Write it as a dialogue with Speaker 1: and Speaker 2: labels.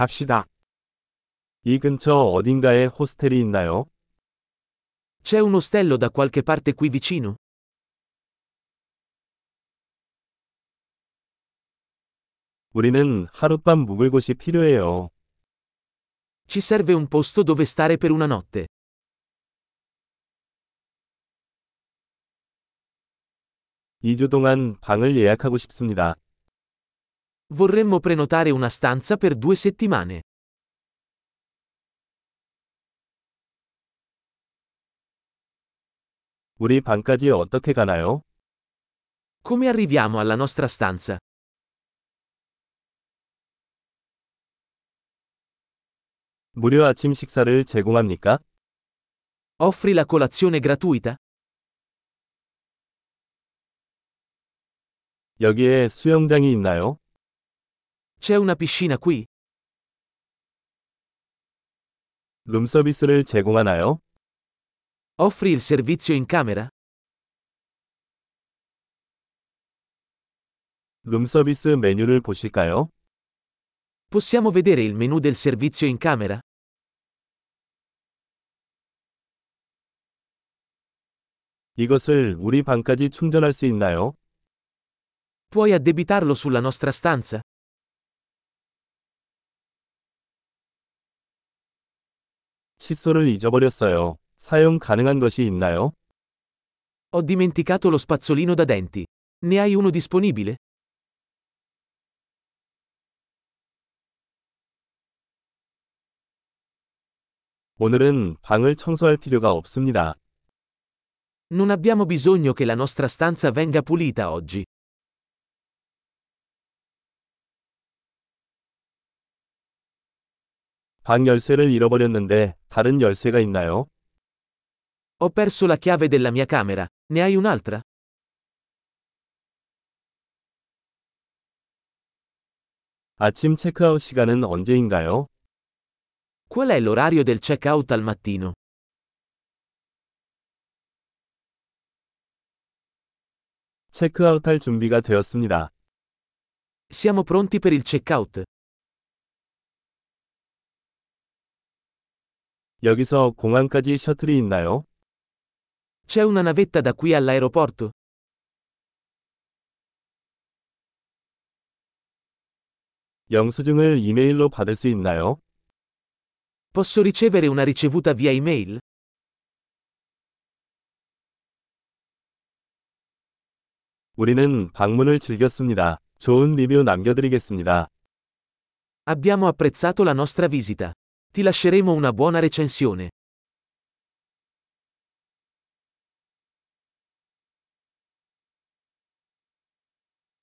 Speaker 1: 갑시다. 이 근처 어딘가에 호스텔이 있나요?
Speaker 2: C'è un ostello da qualche parte qui vicino?
Speaker 1: 우리는 하룻밤 묵을 곳이 필요해요.
Speaker 2: Ci serve un posto dove stare per una notte.
Speaker 1: 이 주 동안 방을 예약하고 싶습니다.
Speaker 2: Vorremmo prenotare una stanza per due settimane.
Speaker 1: 우리 방까지 어떻게 가나요?
Speaker 2: Come arriviamo alla nostra stanza?
Speaker 1: 무료 아침 식사를 제공합니까?
Speaker 2: Offri la colazione gratuita?
Speaker 1: 여기에 수영장이 있나요?
Speaker 2: C'è una piscina qui?
Speaker 1: 룸서비스를 제공하나요?
Speaker 2: Offri il servizio in camera?
Speaker 1: 룸서비스 메뉴를 보실까요?
Speaker 2: Possiamo vedere il menu del servizio in camera?
Speaker 1: 이것을 우리 방까지 충전할 수 있나요?
Speaker 2: Puoi addebitarlo sulla nostra stanza?
Speaker 1: 칫솔을 잊어버렸어요. 사용 가능한 것이 있나요?
Speaker 2: Ho dimenticato lo spazzolino da denti. Ne hai uno disponibile?
Speaker 1: 오늘은 방을 청소할 필요가 없습니다.
Speaker 2: Non abbiamo bisogno che la nostra stanza venga pulita oggi.
Speaker 1: 방 열쇠를 잃어버렸는데 다른 열쇠가 있나요?
Speaker 2: Ho perso la chiave della mia camera. Ne hai un'altra?
Speaker 1: 아침 체크아웃 시간은 언제인가요?
Speaker 2: Qual è l'orario del check-out al mattino?
Speaker 1: 체크아웃할 준비가 되었습니다.
Speaker 2: Siamo pronti per il check-out.
Speaker 1: 여기서 공항까지 셔틀이 있나요?
Speaker 2: C'è una navetta da qui all'aeroporto?
Speaker 1: 영수증을 이메일로 받을 수 있나요?
Speaker 2: Posso ricevere una ricevuta via email?
Speaker 1: 우리는 방문을 즐겼습니다. 좋은 리뷰 남겨드리겠습니다.
Speaker 2: Abbiamo apprezzato la nostra visita. Ti lasceremo una buona recensione.